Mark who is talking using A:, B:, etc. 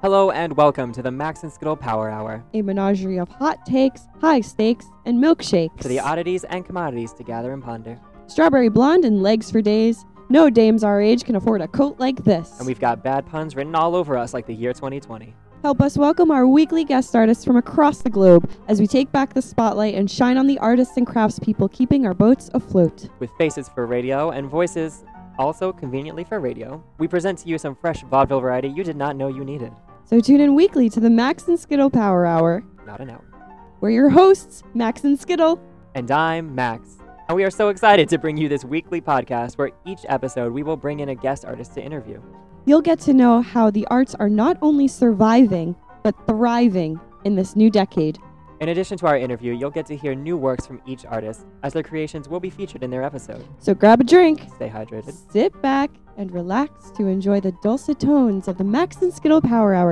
A: Hello and welcome to the Max and Skittle Power Hour.
B: a menagerie of hot takes, high stakes, and milkshakes.
A: To the oddities and commodities to gather and ponder.
B: Strawberry blonde and legs for days. No dames our age can afford a coat like this.
A: And we've got bad puns written all over us like the year 2020.
B: Help us welcome our weekly guest artists from across the globe as we take back the spotlight and shine on the artists and craftspeople keeping our boats afloat.
A: With faces for radio and voices also conveniently for radio, we present to you some fresh vaudeville variety you did not know you needed.
B: So tune in weekly to the Max and Skittle Power Hour.
A: Not an hour.
B: We're your hosts, Max and Skittle.
A: And I'm Max. And we are so excited to bring you this weekly podcast where each episode we will bring in a guest artist to interview.
B: You'll get to know how the arts are not only surviving, but thriving in this new decade.
A: In addition to our interview, you'll get to hear new works from each artist as their creations will be featured in their episode.
B: So grab a drink,
A: Stay hydrated.
B: Sit back and relax to enjoy the dulcet tones of the Max and Skittle Power Hour